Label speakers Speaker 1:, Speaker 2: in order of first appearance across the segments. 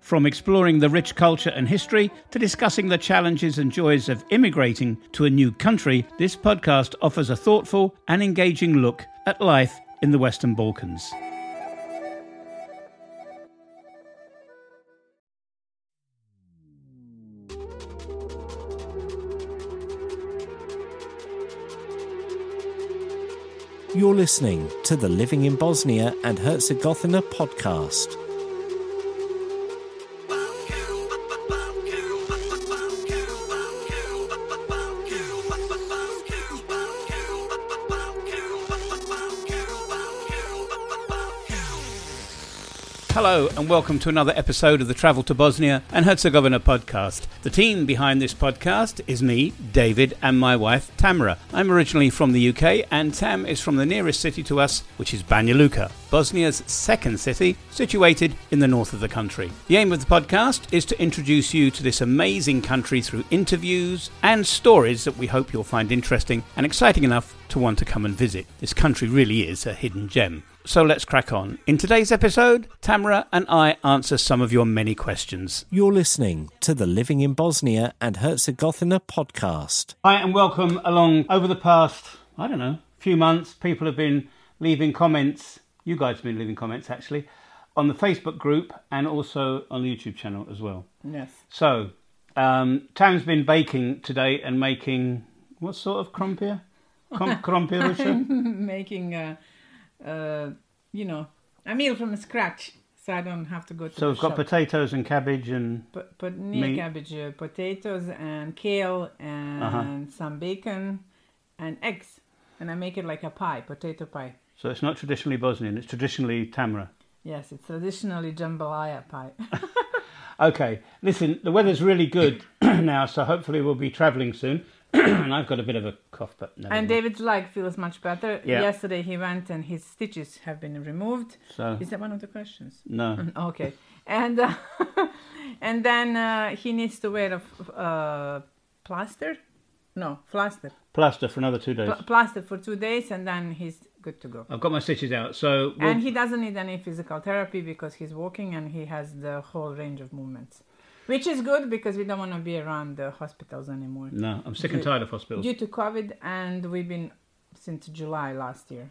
Speaker 1: From exploring the rich culture and history to discussing the challenges and joys of immigrating to a new country, this podcast offers a thoughtful and engaging look at life in the Western Balkans.
Speaker 2: You're listening to the Living in Bosnia and Herzegovina podcast.
Speaker 1: Hello, and welcome to another episode of the Travel to Bosnia and Herzegovina podcast. The team behind this podcast is me, David, and my wife, Tamara. I'm originally from the UK, and Tam is from the nearest city to us, which is Banja Luka, Bosnia's second city, situated in the north of the country. The aim of the podcast is to introduce you to this amazing country through interviews and stories that we hope you'll find interesting and exciting enough to want to come and visit. This country really is a hidden gem. So let's crack on. In today's episode, Tamara and I answer some of your many questions.
Speaker 2: You're listening to the Living in Bosnia and Herzegovina podcast.
Speaker 1: Hi, and welcome along. Over the past, I don't know, few months, people have been leaving comments. You guys have been leaving comments actually on the Facebook group and also on the YouTube channel as well.
Speaker 3: Yes.
Speaker 1: So, um, Tam's been baking today and making what sort of crumpia? Crom- crumpia, Russia?
Speaker 3: Making a, uh, you know, a meal from scratch, so I don't have to go to
Speaker 1: So
Speaker 3: the
Speaker 1: we've got
Speaker 3: shop.
Speaker 1: potatoes and cabbage and
Speaker 3: P- put knee
Speaker 1: meat.
Speaker 3: cabbage, uh, potatoes, and kale, and
Speaker 1: Uh-huh.
Speaker 3: some bacon, and eggs, and I make it like a pie, potato pie.
Speaker 1: so it's not traditionally Bosnian. It's traditionally Tamara.
Speaker 3: Yes, it's traditionally jambalaya pie.
Speaker 1: Okay, listen, the weather's really good now, so hopefully we'll be travelling soon. and I've got a bit of a cough, but no.
Speaker 3: and David's leg feels much better.
Speaker 1: Mm-hmm. Yeah.
Speaker 3: Yesterday he went and his stitches have been removed.
Speaker 1: So
Speaker 3: Is Mm-hmm. that one of the questions?
Speaker 1: no,
Speaker 3: Okay, and uh, and then uh, he needs to wear a f- uh, plaster, no plaster,
Speaker 1: plaster for another two days.
Speaker 3: Pl- plaster for two days, and then he's good to go.
Speaker 1: I've got my stitches out, so we'll,
Speaker 3: And he doesn't need any physical therapy because he's walking and he has the whole range of movements, which is good because we don't want to be around the hospitals anymore
Speaker 1: no, I'm sick and tired of hospitals.
Speaker 3: due to COVID, and we've been since July last year.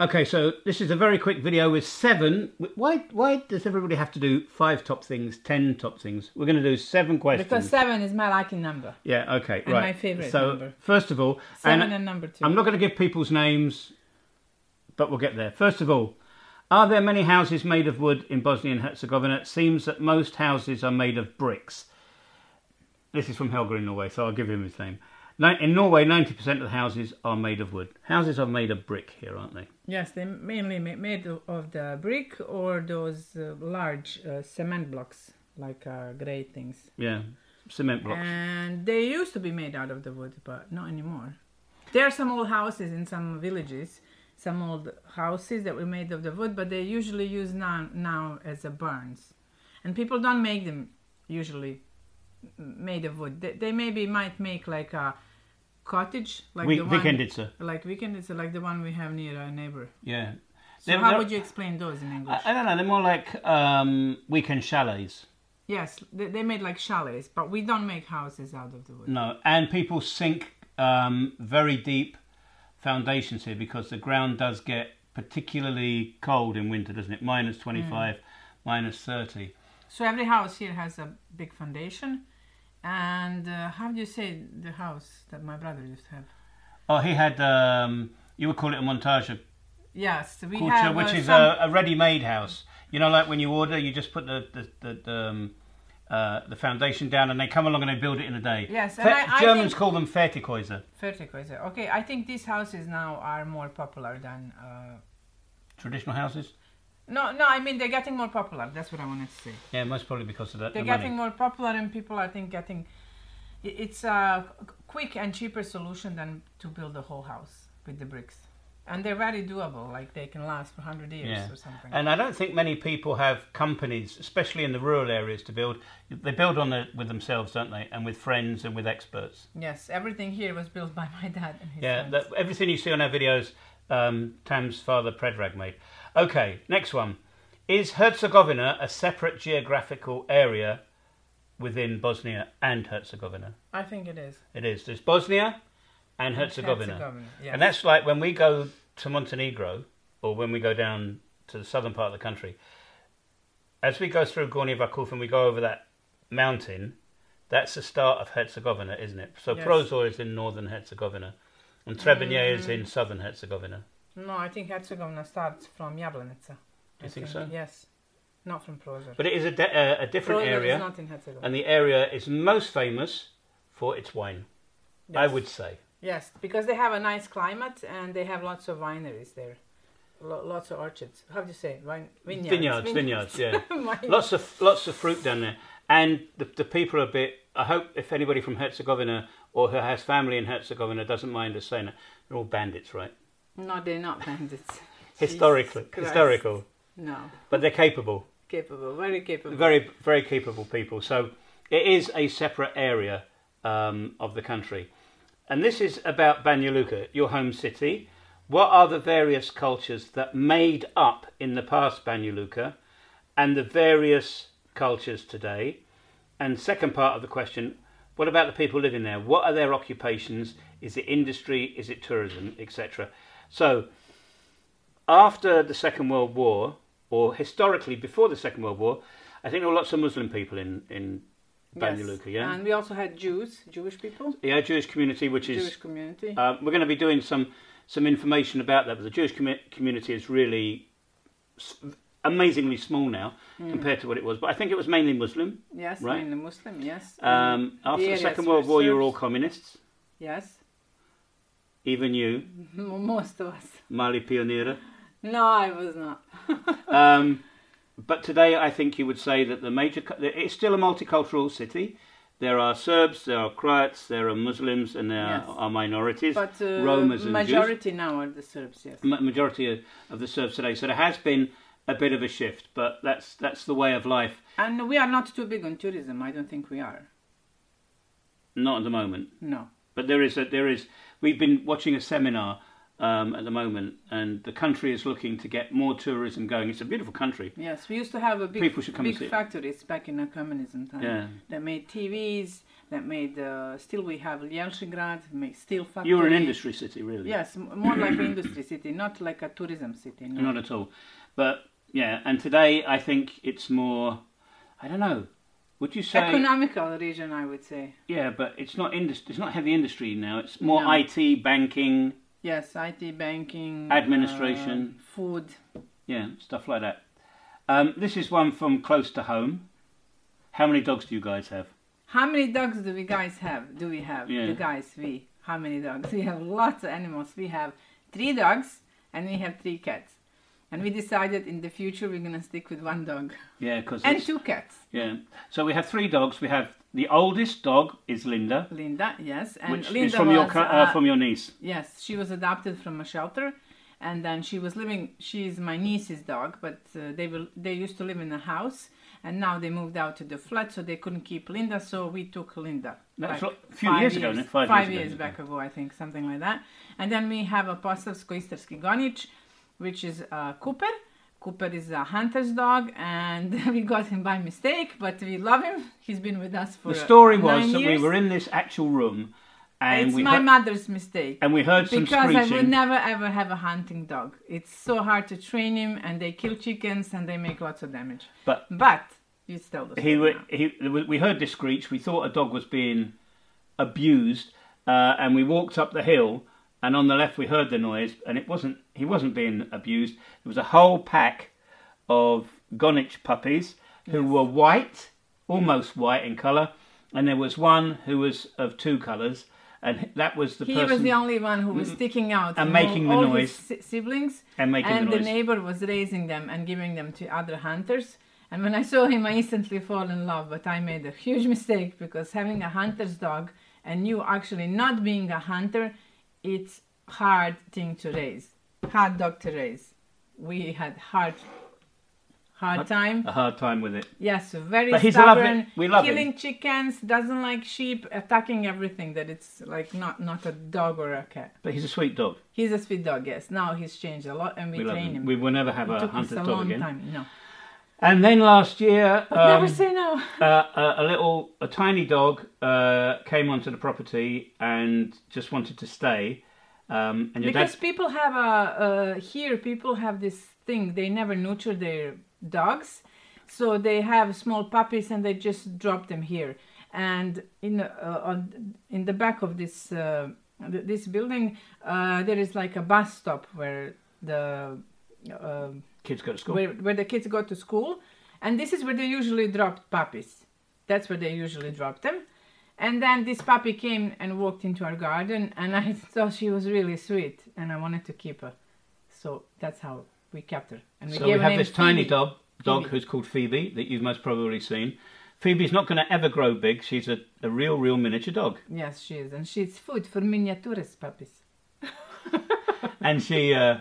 Speaker 1: Okay, so this is a very quick video with seven. Why why does everybody have to do five top things, ten top things? We're going to do seven questions.
Speaker 3: Because seven is my lucky number.
Speaker 1: yeah, okay,
Speaker 3: and
Speaker 1: right.
Speaker 3: my favourite
Speaker 1: so
Speaker 3: number.
Speaker 1: first of all,
Speaker 3: Seven
Speaker 1: and
Speaker 3: and number two.
Speaker 1: I'm not going to give people's names, but we'll get there. First of all, are there many houses made of wood in Bosnia and Herzegovina? It seems that most houses are made of bricks. This is from Helga in Norway, so I'll give him his name. Ni- In Norway, 90% of the houses are made of wood. Houses are made of brick here, aren't they?
Speaker 3: Yes, they mainly ma- made o- of the brick or those uh, large uh, cement blocks, like uh, gray things.
Speaker 1: Yeah, cement blocks.
Speaker 3: Uh, And they used to be made out of the wood, but not anymore. There are some old houses in some villages, some old houses that were made of the wood, but they usually use now now as a barns, and people don't make them usually m- made of wood. They, they maybe might make like a cottage, like
Speaker 1: We-
Speaker 3: the one,
Speaker 1: Vikendica.
Speaker 3: like weekend. It's like the one we have near our neighbor.
Speaker 1: Yeah.
Speaker 3: So
Speaker 1: They're-
Speaker 3: how
Speaker 1: they're-
Speaker 3: would you explain those in English?
Speaker 1: I, I don't know. They're more like um, weekend chalets.
Speaker 3: yes, they, they made like chalets, but we don't make houses out of the wood.
Speaker 1: No, and people sink um, very deep foundations here because the ground does get particularly cold in winter, doesn't it? Minus
Speaker 3: Hmm.
Speaker 1: 25, minus 30.
Speaker 3: So every house here has a big foundation. And uh, how do you say the house that my brother used to have?
Speaker 1: Oh, he had, um, you would call it a montage
Speaker 3: Yes, we
Speaker 1: culture,
Speaker 3: have.
Speaker 1: which
Speaker 3: uh,
Speaker 1: is
Speaker 3: some-
Speaker 1: a, a ready made house. You know, like when you order, you just put the, the, the, the, um, uh, the foundation down and they come along and they build it in a day.
Speaker 3: Yes,
Speaker 1: Fe-
Speaker 3: and I- I
Speaker 1: Germans
Speaker 3: think-
Speaker 1: call them Fertigkäuser,
Speaker 3: Vertical, is it? Okay, I think these houses now are more popular than. Uh,
Speaker 1: traditional houses.
Speaker 3: No, no, I mean they're getting more popular. That's what I wanted to say.
Speaker 1: Yeah, most probably because of that.
Speaker 3: They're
Speaker 1: the
Speaker 3: getting
Speaker 1: money.
Speaker 3: more popular, and people I think getting. i- It's a qu- quick and cheaper solution than to build a whole house with the bricks, and they're very doable. Like they can last for hundred years
Speaker 1: Yeah.
Speaker 3: or something.
Speaker 1: And I don't think many people have companies, especially in the rural areas, to build. They build on the, with themselves, don't they? And with friends and with experts.
Speaker 3: yes, everything here was built by my dad and his
Speaker 1: Yeah,
Speaker 3: friends.
Speaker 1: that, everything you see on our videos, um, Tam's father Predrag made. Okay, next one. Is Herzegovina a separate geographical area within Bosnia and Herzegovina?
Speaker 3: I think it is.
Speaker 1: It is. There's Bosnia and Herzegovina.
Speaker 3: Herzegovina, yes.
Speaker 1: And that's like when we go to Montenegro or when we go down to the southern part of the country, as we go through Gornje Vakuf and we go over that mountain, that's the start of Herzegovina, isn't it? So
Speaker 3: Yes.
Speaker 1: Prozor is in northern Herzegovina and Trebinje
Speaker 3: Mm.
Speaker 1: is in southern Herzegovina.
Speaker 3: No, I think Herzegovina starts from Jablanica.
Speaker 1: Do you think so?
Speaker 3: Yes, not from Prozor.
Speaker 1: But it is a, de- uh, a, a different
Speaker 3: Prozor
Speaker 1: area,
Speaker 3: is not in Herzegovina.
Speaker 1: and the area is most famous for its wine, I
Speaker 3: Yes.
Speaker 1: would say.
Speaker 3: Yes, because they have a nice climate and they have lots of wineries there, Lo- lots of orchards. How do you say wine vineyards?
Speaker 1: Vineyards, vineyards, yeah.
Speaker 3: Wine-
Speaker 1: lots of lots of fruit down there, and the, the people are a bit. I hope if anybody from Herzegovina or who has family in Herzegovina doesn't mind us saying it, they're all bandits, right?
Speaker 3: No, they're not bandits.
Speaker 1: Historically,
Speaker 3: Jesus Christ.
Speaker 1: historical,
Speaker 3: No,
Speaker 1: but they're capable,
Speaker 3: capable, very capable.
Speaker 1: very very capable people. So it is a separate area um, of the country, and this is about Banja Luka, your home city. What are the various cultures that made up in the past Banja Luka, and the various cultures today? And second part of the question, what about the people living there? What are their occupations? Is it industry? Is it tourism, etc.? So, after the Second World War, or historically before the Second World War, I think there were lots of Muslim people in, in Banja
Speaker 3: Yes.
Speaker 1: Luka, yeah?
Speaker 3: And we also had Jews, Jewish people,
Speaker 1: yeah, Jewish community, which is.
Speaker 3: Jewish community.
Speaker 1: Uh, we're going to be doing some, some information about that, but the Jewish commu- community is really s- amazingly small now
Speaker 3: Mm.
Speaker 1: compared to what it was. But I think it was mainly Muslim.
Speaker 3: yes,
Speaker 1: right.
Speaker 3: mainly Muslim. Yes.
Speaker 1: Um,
Speaker 3: And
Speaker 1: after the
Speaker 3: areas
Speaker 1: Second
Speaker 3: Mm. were
Speaker 1: World War, you were all
Speaker 3: Serbs.
Speaker 1: communists.
Speaker 3: Yes,
Speaker 1: Even you,
Speaker 3: M- most of us.
Speaker 1: Mali Pionera.
Speaker 3: No, I was not.
Speaker 1: Um, but today, I think you would say that the major cu- it's still a multicultural city. There are Serbs, there are Croats, there are Muslims, and there
Speaker 3: Yes.
Speaker 1: are, are minorities,
Speaker 3: But uh,
Speaker 1: Romas and Jews.
Speaker 3: majority now are the Serbs. Yes.
Speaker 1: Ma- majority of, of the Serbs today. So there has been a bit of a shift, but that's that's the way of life.
Speaker 3: And we are not too big on tourism. I don't think we are.
Speaker 1: Not at the moment,
Speaker 3: No.
Speaker 1: but there is a, there is. We've been watching a seminar um, at the moment, and the country is looking to get more tourism going. It's a beautiful country.
Speaker 3: Yes, we used to have a big
Speaker 1: People should come and
Speaker 3: big
Speaker 1: see it.
Speaker 3: factories back in the communism time
Speaker 1: Yeah.
Speaker 3: that made TVs, that made uh, still we have Leningrad, make steel factory.
Speaker 1: You're an industry city, really.
Speaker 3: Yes, m- more like an industry city, not like a tourism city. No.
Speaker 1: Not at all. But yeah, and today I think it's more. I don't know. Would you say?
Speaker 3: Economical region, I would say.
Speaker 1: Yeah, but it's not industry. It's not heavy industry now. It's more
Speaker 3: No.
Speaker 1: IT, banking,
Speaker 3: Yes, IT, banking,
Speaker 1: Administration.
Speaker 3: uh, food.
Speaker 1: yeah, stuff like that. Um, this is one from close to home. How many dogs do you guys have?
Speaker 3: How many dogs do we guys have? Do we have
Speaker 1: Yeah.
Speaker 3: the guys? We how many dogs? We have lots of animals. We have three dogs and we have three cats. And we decided in the future we're gonna stick with one dog
Speaker 1: Yeah, because
Speaker 3: and two cats.
Speaker 1: yeah. So we have three dogs. We have the oldest dog is Linda,
Speaker 3: Linda, yes, and
Speaker 1: which
Speaker 3: Linda
Speaker 1: is from
Speaker 3: was,
Speaker 1: your cu- uh,
Speaker 3: uh,
Speaker 1: from your niece.
Speaker 3: yes, she was adopted from a shelter, and then she was living. She's my niece's dog, but uh, they will they used to live in a house, and now they moved out to the flat, so they couldn't keep Linda, so we took Linda.
Speaker 1: That's
Speaker 3: like
Speaker 1: a few years ago, no? Five years ago,
Speaker 3: years
Speaker 1: yeah.
Speaker 3: back ago, I think, something like that. And then we have a Posavsko Istarski Gonic, which is uh, Cooper. Cooper is a hunter's dog, and we got him by mistake, but we love him. He's been with us for
Speaker 1: The story
Speaker 3: uh,
Speaker 1: was
Speaker 3: nine
Speaker 1: that we
Speaker 3: years.
Speaker 1: were in this actual room, and
Speaker 3: It's
Speaker 1: we
Speaker 3: my
Speaker 1: heard,
Speaker 3: mother's mistake.
Speaker 1: and we heard some
Speaker 3: because I
Speaker 1: screeching.
Speaker 3: would never ever have a hunting dog. It's so hard to train him, and they kill chickens and they make lots of damage.
Speaker 1: But-
Speaker 3: but you tell the
Speaker 1: he,
Speaker 3: story
Speaker 1: wa-
Speaker 3: now.
Speaker 1: he we heard this screech. We thought a dog was being abused, uh, and we walked up the hill. And on the left, we heard the noise, and it wasn't. He wasn't being abused. There was a whole pack of Gonich puppies who were white, almost white in colour, and there was one who was of two colours. and that was the
Speaker 3: he
Speaker 1: person Mm-hmm.
Speaker 3: was the only one who was sticking out
Speaker 1: And
Speaker 3: from
Speaker 1: making the
Speaker 3: all, all
Speaker 1: noise.
Speaker 3: his si- siblings
Speaker 1: and making
Speaker 3: and
Speaker 1: the
Speaker 3: the,
Speaker 1: noise.
Speaker 3: neighbor was raising them and giving them to other hunters and when i saw him i instantly fall in love but i made a huge mistake because having a hunter's dog and you actually not being a hunter it's hard thing to raise hard dog to raise we had hard hard time
Speaker 1: a hard time with it.
Speaker 3: yes very
Speaker 1: But he's
Speaker 3: stubborn
Speaker 1: lovely. We love him.
Speaker 3: killing chickens doesn't like sheep attacking everything that it's like not not a dog or a cat
Speaker 1: But he's a sweet dog.
Speaker 3: He's a speed dog, yes. Now he's changed a lot, and we,
Speaker 1: We love
Speaker 3: train
Speaker 1: him.
Speaker 3: him.
Speaker 1: We will never have
Speaker 3: it
Speaker 1: a
Speaker 3: took us
Speaker 1: hunter's
Speaker 3: a
Speaker 1: dog
Speaker 3: long
Speaker 1: again.
Speaker 3: time. No,
Speaker 1: And then last year, um,
Speaker 3: never say no.
Speaker 1: uh, a, a little, a tiny dog uh, came onto the property and just wanted to stay. Um, and your
Speaker 3: Because
Speaker 1: dad,
Speaker 3: people have a uh, here, people have this thing. They never nurture their dogs, so they have small puppies and they just drop them here. And in uh, on, in the back of this uh, th- this building, uh, there is like a bus stop where the uh,
Speaker 1: kids go to school.
Speaker 3: where where the kids go to school, and this is where they usually drop puppies. That's where they usually drop them. And then this puppy came and walked into our garden, and I thought she was really sweet, and I wanted to keep her. So that's how we kept her. And
Speaker 1: So we
Speaker 3: her
Speaker 1: have
Speaker 3: name
Speaker 1: this tiny
Speaker 3: Phoebe.
Speaker 1: dog, dog
Speaker 3: Phoebe.
Speaker 1: who's called Phoebe, that you've most probably seen. Phoebe's not going to ever grow big. She's a, a real, real miniature dog.
Speaker 3: Yes, she is, and she's food for miniatures puppies.
Speaker 1: And she, uh,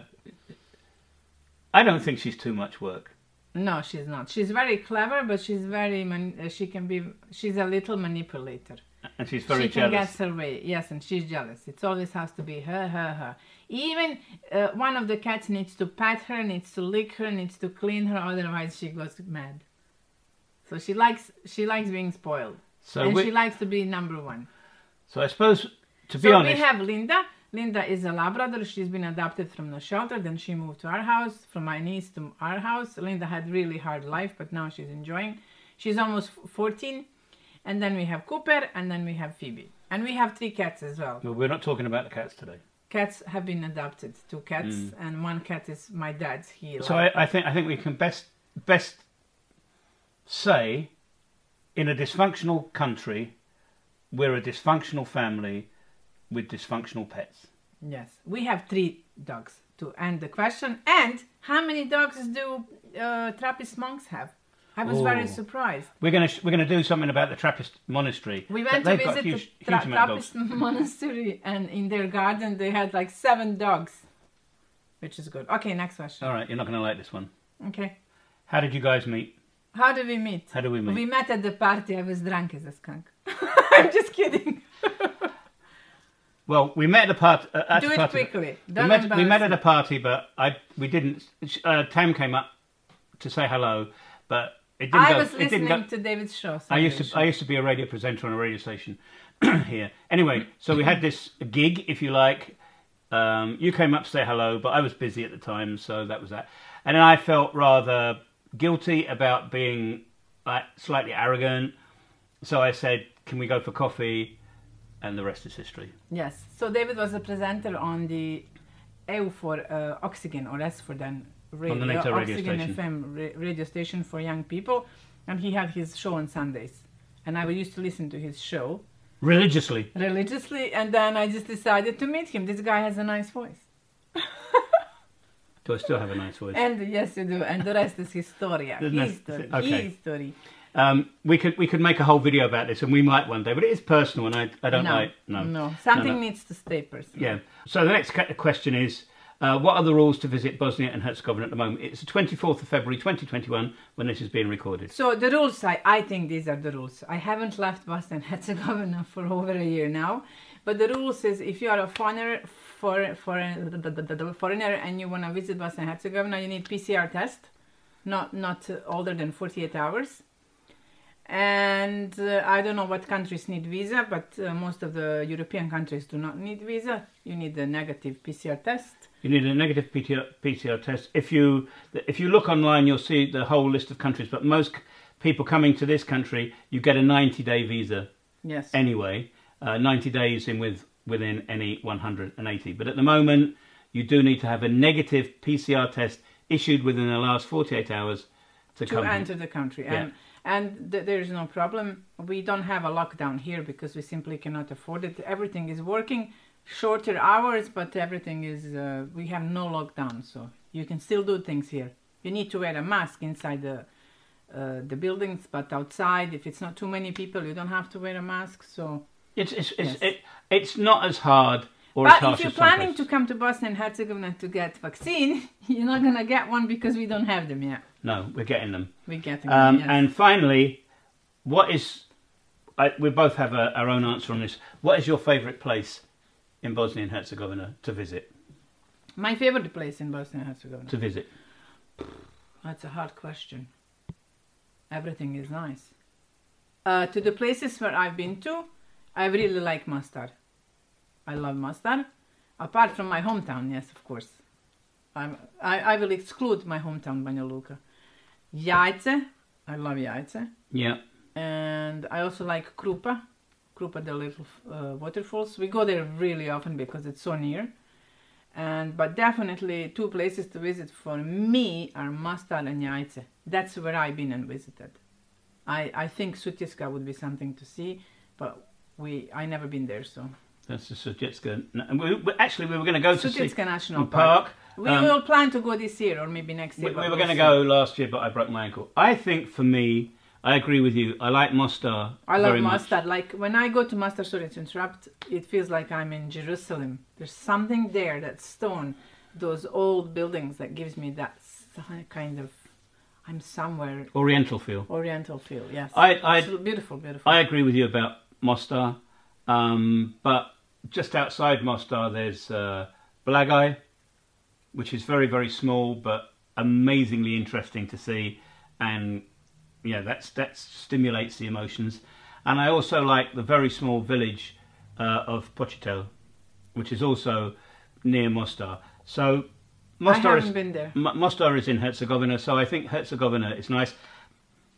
Speaker 1: I don't think she's too much work.
Speaker 3: No, she's not. She's very clever, but she's very man- uh, she can be. She's a little manipulator.
Speaker 1: And she's very
Speaker 3: she
Speaker 1: jealous.
Speaker 3: can guess her way. Yes, and she's jealous. It always has to be her, her, her. Even uh, one of the cats needs to pat her, needs to lick her, needs to clean her. Otherwise, she goes mad. So she likes she likes being spoiled,
Speaker 1: So,
Speaker 3: and
Speaker 1: we,
Speaker 3: she likes to be number one.
Speaker 1: so I suppose, to be
Speaker 3: so
Speaker 1: honest,
Speaker 3: we have Linda. Linda is a Labrador. She's been adopted from the shelter. Then she moved to our house, from my niece to our house. Linda had really hard life, but now she's enjoying. She's almost f- 14. And then we have Cooper, and then we have Phoebe. And we have three cats as well.
Speaker 1: Well, we're not talking about the cats today.
Speaker 3: Cats have been adopted, two cats, and one cat is my dad's. He
Speaker 1: Mm. So
Speaker 3: like-
Speaker 1: I, I think I think we can best best say, in a dysfunctional country, we're a dysfunctional family with dysfunctional pets.
Speaker 3: yes, we have three dogs to end the question. And how many dogs do uh, Trappist monks have? I was
Speaker 1: Ooh.
Speaker 3: very surprised.
Speaker 1: We're gonna sh- we're gonna do something about the Trappist monastery.
Speaker 3: We
Speaker 1: but
Speaker 3: went to
Speaker 1: they've
Speaker 3: visit
Speaker 1: got a huge,
Speaker 3: the Tra-
Speaker 1: huge amount of dogs.
Speaker 3: Trappist monastery, and in their garden they had like seven dogs, which is good. Okay, next question.
Speaker 1: All right, you're not gonna like this one.
Speaker 3: Okay,
Speaker 1: How did you guys meet?
Speaker 3: how do we meet?
Speaker 1: Oh. How do we meet?
Speaker 3: We met at the party. I was drunk as a skunk. I'm just kidding.
Speaker 1: Well, we met at a part. Uh, at
Speaker 3: Do
Speaker 1: a
Speaker 3: it
Speaker 1: party-
Speaker 3: quickly.
Speaker 1: we
Speaker 3: Don't
Speaker 1: met, we
Speaker 3: embarrass
Speaker 1: met at a party, but I we didn't. Uh, Tam came up to say hello, but it didn't
Speaker 3: I
Speaker 1: go.
Speaker 3: was
Speaker 1: it didn't
Speaker 3: listening
Speaker 1: go,
Speaker 3: to David's show.
Speaker 1: I used to I used to be a radio presenter on a radio station here. Anyway, so we had this gig, if you like. Um, you came up to say hello, but I was busy at the time, so that was that. And then I felt rather guilty about being like slightly arrogant, so I said, "Can we go for coffee?" And the rest is history.
Speaker 3: Yes. So David was a presenter on the EU for uh, Oxygen or S for then radio,
Speaker 1: NATO radio
Speaker 3: Oxygen
Speaker 1: station.
Speaker 3: FM ra- radio station for young people, and he had his show on Sundays, and I used to listen to his show
Speaker 1: Religiously,
Speaker 3: religiously, and then I just decided to meet him. This guy has a nice voice,
Speaker 1: do I still have a nice voice?
Speaker 3: and yes, you do. And the rest is historia.
Speaker 1: Then that's-
Speaker 3: history,
Speaker 1: okay.
Speaker 3: history.
Speaker 1: Um, we could we could make a whole video about this, and we might one day, but it is personal, and I, I don't
Speaker 3: no,
Speaker 1: like no
Speaker 3: no. Something
Speaker 1: no.
Speaker 3: needs to stay personal.
Speaker 1: Yeah. So the next ca- question is, uh, what are the rules to visit Bosnia and Herzegovina at the moment? It's the 24th of February 2021 when this is being recorded.
Speaker 3: So the rules, I, I think these are the rules. I haven't left Bosnia and Herzegovina for over a year now, but the rules is if you are a foreigner, for, foreign, foreigner and you want to visit Bosnia and Herzegovina, you need PCR test, not not uh, older than 48 hours. And uh, I don't know what countries need visa, but uh, most of the European countries do not need visa. You need a negative PCR test.
Speaker 1: You need a negative PTR, PCR test. If you if you look online, you'll see the whole list of countries. But most c- people coming to this country, you get a 90-day visa
Speaker 3: Yes.
Speaker 1: anyway. Uh, 90 days in with within any 180. But at the moment, you do need to have a negative PCR test issued within the last 48 hours to,
Speaker 3: to
Speaker 1: come here.
Speaker 3: enter the country. And and th- there is no problem. We don't have a lockdown here because we simply cannot afford it. Everything is working, shorter hours, but everything is. Uh, we have no lockdown, so you can still do things here. You need to wear a mask inside the uh, the buildings, but outside, if it's not too many people, you don't have to wear a mask. So,
Speaker 1: It's it's it's,
Speaker 3: Yes.
Speaker 1: it, it's not as hard or as
Speaker 3: but
Speaker 1: harsh
Speaker 3: if you're
Speaker 1: as some
Speaker 3: planning to
Speaker 1: places.
Speaker 3: come to Bosnia and Herzegovina to get vaccine, you're not gonna get one because we don't have them yet.
Speaker 1: No, we're getting them.
Speaker 3: We're getting
Speaker 1: Um,
Speaker 3: them. Yes.
Speaker 1: And finally, what is? I, we both have a, our own answer on this. What is your favourite place in Bosnia and Herzegovina to visit?
Speaker 3: My favorite place in Bosnia and Herzegovina.
Speaker 1: To visit?
Speaker 3: That's a hard question. Everything is nice. Uh, to the places where I've been to, I really like Mostar. I love Mostar. Apart from my hometown, yes, of course. I'm, I, I will exclude my hometown, Banja Luka. Jajce, I love Jajce.
Speaker 1: Yeah.
Speaker 3: And I also like Krupa, Krupa the little uh, waterfalls. We go there really often because it's so near. And but definitely two places to visit for me are Mostar and Jajce. That's where I've been and visited. I I think Sutjeska would be something to see, but we I never been there so.
Speaker 1: That's the Sutjeska. And we, we- actually, we were going to go to
Speaker 3: Sutjeska National
Speaker 1: National
Speaker 3: Park.
Speaker 1: Park.
Speaker 3: We
Speaker 1: Um,
Speaker 3: will plan to go this year or maybe next
Speaker 1: We,
Speaker 3: year.
Speaker 1: we
Speaker 3: but
Speaker 1: were
Speaker 3: we'll
Speaker 1: going to
Speaker 3: see.
Speaker 1: go last year, but I broke my ankle. I think for me, I agree with you. I like Mostar.
Speaker 3: I love
Speaker 1: very much.
Speaker 3: mustard. Like when I go to mustard, sorry to interrupt, it feels like I'm in Jerusalem. There's something there, that stone, those old buildings that gives me that s- kind of, I'm somewhere
Speaker 1: Oriental feel.
Speaker 3: Oriental feel. Yes,
Speaker 1: I- I-
Speaker 3: It's beautiful, beautiful.
Speaker 1: I agree with you about Mostar, um, but just outside Mostar, there's uh, Blagaj, which is very, very small but amazingly interesting to see, and yeah, that's that stimulates the emotions. And I also like the very small village uh, of Pochetel, which is also near Mostar. So Mostar
Speaker 3: I haven't
Speaker 1: is
Speaker 3: been there.
Speaker 1: M- Mostar is in Herzegovina, so I think Herzegovina is nice.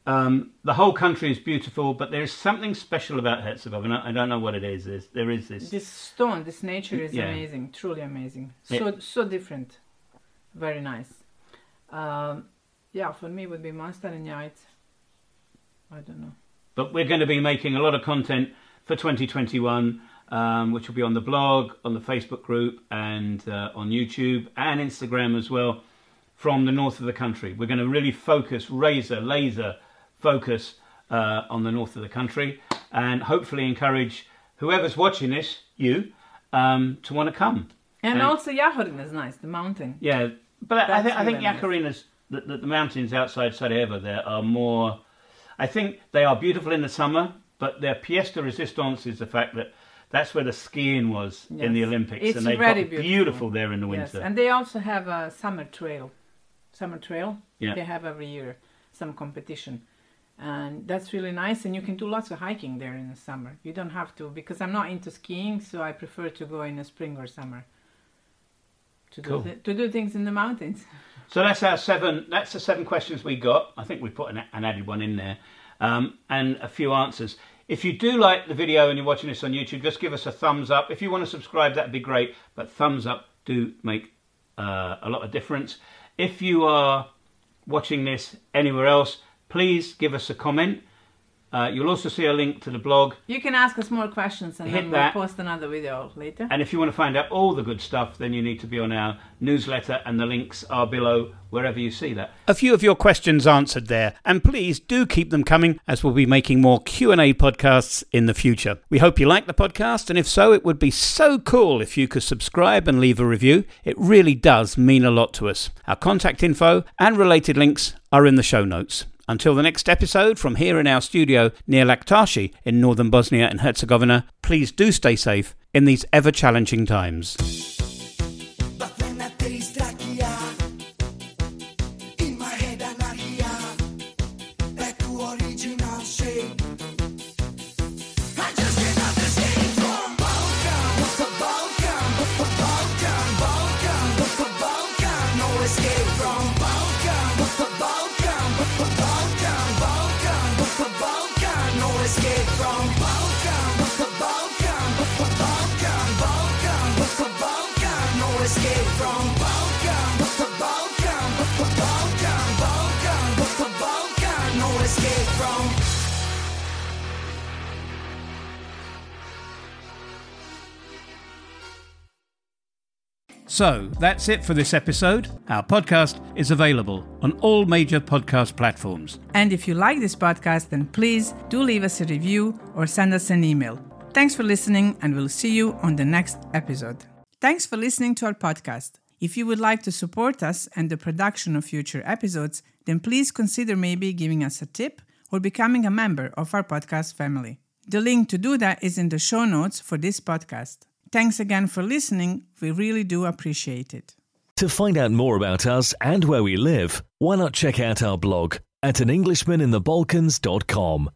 Speaker 1: Um, the whole country is beautiful, but there is something special about Herzegovina. I don't know what it is. There's, there is this.
Speaker 3: This stone, this nature is
Speaker 1: Yeah.
Speaker 3: amazing, truly amazing. So so different, very nice. Um, yeah, for me would be mustard and Yait. I don't know.
Speaker 1: But we're going to be making a lot of content for 2021, um, which will be on the blog, on the Facebook group, and uh, on YouTube and Instagram as well from the north of the country. We're going to really focus, razor, laser focus uh, on the north of the country and hopefully encourage whoever's watching this, you, um, to want to come.
Speaker 3: And
Speaker 1: And-
Speaker 3: also Yahorin is nice, the mountain.
Speaker 1: Yeah, but I, I, th-
Speaker 3: That's
Speaker 1: I think
Speaker 3: really
Speaker 1: Yakarina's, the, the, the mountains outside Sarajevo there are more. I think they are beautiful in the summer, but their pièce de résistance is the fact that that's where the skiing was in the
Speaker 3: Yes.
Speaker 1: Olympics,
Speaker 3: It's
Speaker 1: and they've
Speaker 3: very
Speaker 1: got
Speaker 3: beautiful.
Speaker 1: there in the winter.
Speaker 3: Yes, and they also have a summer trail, summer trail.
Speaker 1: Yeah.
Speaker 3: They have every year some competition, and that's really nice. And you can do lots of hiking there in the summer. You don't have to because I'm not into skiing, so I prefer to go in the spring or summer. To do,
Speaker 1: Cool.
Speaker 3: thi- to do things in the mountains.
Speaker 1: So that's our seven. That's the seven questions we got. I think we put an, an added one in there, um, and a few answers. If you do like the video and you're watching this on YouTube, just give us a thumbs up. If you want to subscribe, that'd be great. But thumbs up do make uh, a lot of difference. If you are watching this anywhere else, please give us a comment. Uh, you'll also see a link to the blog.
Speaker 3: You can ask us more questions, and
Speaker 1: Hit
Speaker 3: then
Speaker 1: that.
Speaker 3: we'll post another video later.
Speaker 1: And if you want to find out all the good stuff, then you need to be on our newsletter, and the links are below wherever you see that. A few of your questions answered there, and please do keep them coming as we'll be making more Q&A podcasts in the future. We hope you like the podcast, and if so, it would be so cool if you could subscribe and leave a review. It really does mean a lot to us. Our contact info and related links are in the show notes. Until the next episode from here in our studio near Laktashi in northern Bosnia and Herzegovina, please do stay safe in these ever challenging times.
Speaker 4: Βαθένα περιστράκια In my head anarchia Back to original shape I just can't understand from Balkan What the Balkan, what the Balkan, Balkan, what the Balkan No escape from Balkan, what the Balkan, what the Balkan, Balkan, what the Balkan No escape from Balkan, what the Balkan, what the Balkan, Balkan, what the Balkan
Speaker 1: So that's it for this episode. Our podcast is available on all major podcast platforms.
Speaker 3: And if you like this podcast, then please do leave us a review or send us an email. Thanks for listening, and we'll see you on the next episode. Thanks for listening to our podcast. If you would like to support us and the production of future episodes, then please consider maybe giving us a tip or becoming a member of our podcast family. The link to do that is in the show notes for this podcast. Thanks again for listening. We really do appreciate it.
Speaker 5: To find out more about us and where we live, why not check out our blog at anenglishmaninthebalkans.com.